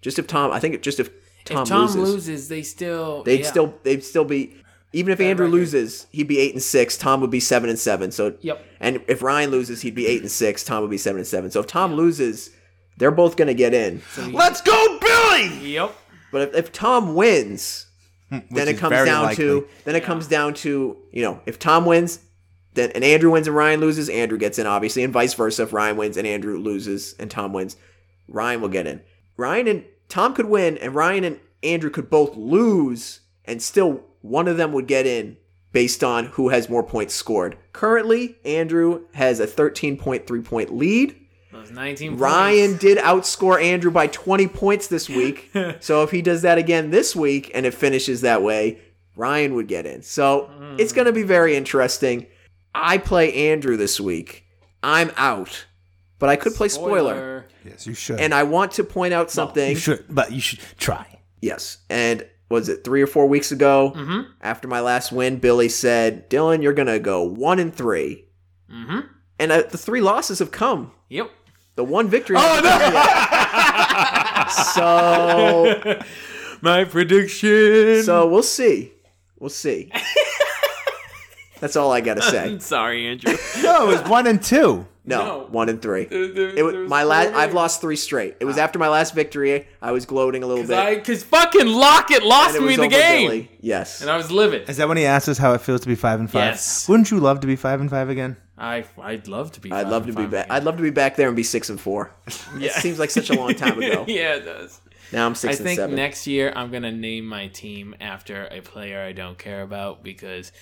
Just if Tom, I think just if Tom, if Tom loses. loses, they still They'd yeah. still they'd still be even if Andrew loses, he'd be eight and six. Tom would be seven and seven. So Yep. and if Ryan loses, he'd be eight and six. Tom would be seven and seven. So if Tom loses, they're both gonna get in. Let's go, Billy! Yep. But if, if Tom wins, then it is comes very down to likely. then it comes down to you know if Tom wins, then and Andrew wins and Ryan loses, Andrew gets in obviously, and vice versa. If Ryan wins and Andrew loses and Tom wins, Ryan will get in. Ryan and Tom could win, and Ryan and Andrew could both lose, and still one of them would get in based on who has more points scored. Currently, Andrew has a 13.3 point lead. Those 19 Ryan points. did outscore Andrew by 20 points this week. so if he does that again this week and it finishes that way, Ryan would get in. So it's going to be very interesting. I play Andrew this week. I'm out, but I could play spoiler. Yes, you should. And I want to point out something. you should, but you should try. Yes. And was it three or four weeks ago Mm-hmm. Mhm. after my last win? Billy said, Dylan, you're going to go one and three. Mm-hmm. Mhm. And uh, the three losses have come. Yep. The one victory. Oh, no! so My prediction. So we'll see. We'll see. That's all I gotta say. I'm sorry, Andrew. No, it was one and two. No, No. one and three. There- there- It was, there was my last. four I've games. lost three straight. It was after my last victory. I was gloating a little bit. I because fucking Lockett and lost it me was the over game, Billy. Yes. and I was livid. Is that when he asked us how it feels to be five and five? Yes. Wouldn't you love to be five and five again? I I'd love to be. I'd five love to and be five back. again. I'd love to be back there and be six and four. It Yeah. seems like such a long time ago. yeah, it does. Now I'm I six and think seven. next year I'm gonna name my team after a player I don't care about because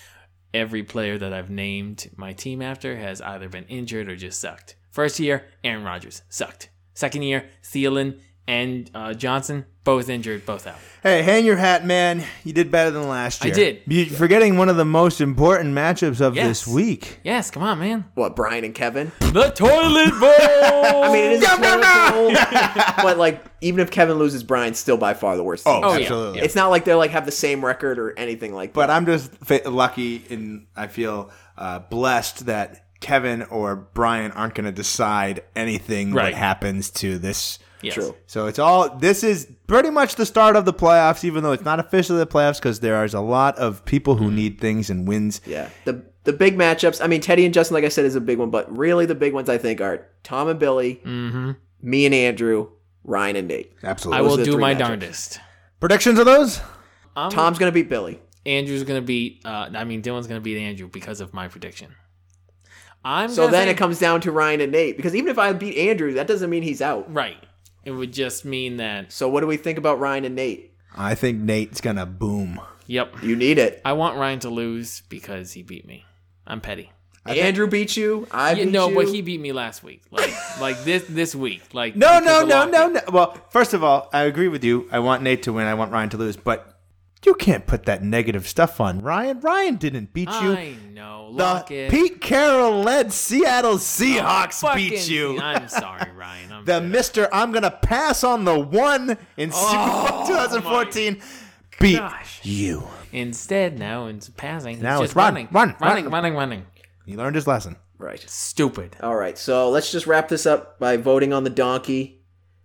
every player that I've named my team after has either been injured or just sucked. First year, Aaron Rodgers sucked. Second year, Thielen and uh, Johnson both injured, both out. Hey, hang your hat, man. You did better than last I year. did. You're forgetting one of the most important matchups of Yes. this week. Yes, come on, man. what Brian and Kevin? The toilet bowl. I I mean, it is a Yeah, toilet yeah, bowl, but like even if Kevin loses, Brian's still by far the worst. team. Oh, yeah. absolutely. It's not like they're like have the same record or anything like that. But I'm just fa- lucky and I feel uh, blessed that Kevin or Brian aren't going to decide anything Right. that happens to this. yes. True. So it's all. This is pretty much the start of the playoffs, even though it's not officially the playoffs because there is a lot of people who need things and wins. Yeah. The the big matchups. I mean, Teddy and Justin, like I said, is a big one, but really the big ones I think are Tom and Billy, Mm-hmm. me and Andrew, Ryan and Nate. Absolutely. I will are the do three my matchups. darndest. Predictions of those? I'm- Tom's gonna beat Billy. Andrew's gonna beat. Uh, I mean, Dylan's gonna beat Andrew because of my prediction. I'm So gonna then say- it comes down to Ryan and Nate because even if I beat Andrew, that doesn't mean he's out. right. It would just mean that. So what do we think about Ryan and Nate? I think Nate's gonna boom. Yep. You need it. I want Ryan to lose because he beat me. I'm petty. Andrew beat you. I Yeah, beat no, you. but he beat me last week. Like like this this week. Like No, because no, of no, Lockett. no, no. Well, first of all, I agree with you. I want Nate to win. I want Ryan to lose. But you can't put that negative stuff on Ryan. Ryan didn't beat you. I know. The Lockett. Pete Carroll led Seattle Seahawks Fucking- beat you. I'm sorry, Ryan. I'm The Mister, I'm gonna pass on the one in Super Bowl 2014. Beat gosh. you. Instead, now it's passing. Now it's, it's just run, running, run, running, run. running, running. He learned his lesson. right. Stupid. All right, so let's just wrap this up by voting on the donkey.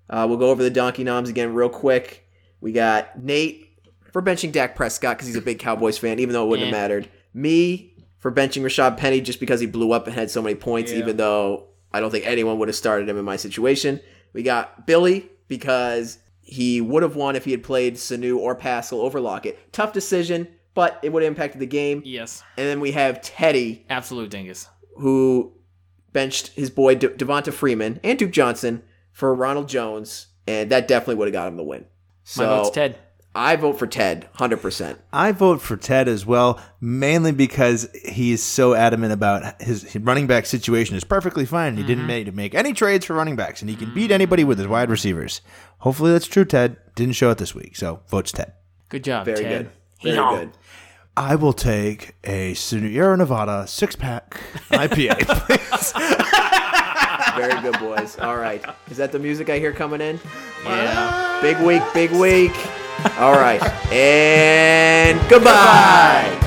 Uh, we'll go over the donkey noms again real quick. We got Nate for benching Dak Prescott because he's a big Cowboys fan, even though it wouldn't Yeah. have mattered. Me for benching Rashad Penny just because he blew up and had so many points, even though I don't think anyone would have started him in my situation. We got Billy because he would have won if he had played Sanu or Passel over Lockett. Tough decision, but it would have impacted the game. Yes, And then we have Teddy absolute dingus. who benched his boy De- Devonta Freeman and Duke Johnson for Ronald Jones, and that definitely would have got him the win. My So vote's Ted. I vote for Ted, hundred percent. I vote for Ted as well, mainly because he is so adamant about his, his running back situation is perfectly fine. He didn't make, make any trades for running backs, and he can beat anybody with his wide receivers. Hopefully, that's true. Ted didn't show it this week, so votes Ted. Good job, Very Ted. good, very Yeah. good. I will take a Sierra Nevada six pack IPA. please. Very good, boys. All right, is that the music I hear coming in? Yeah. Big week, big week. All right, and goodbye.